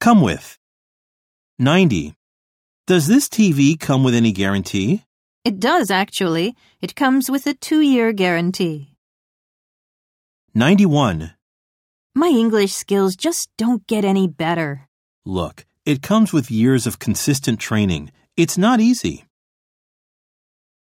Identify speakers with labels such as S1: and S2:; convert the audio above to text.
S1: Come with. 90. Does this TV come with any guarantee?
S2: It does, actually. It comes with a two year guarantee.
S1: 91.
S2: My English skills just don't get any better.
S1: Look, it comes with years of consistent training. It's not easy.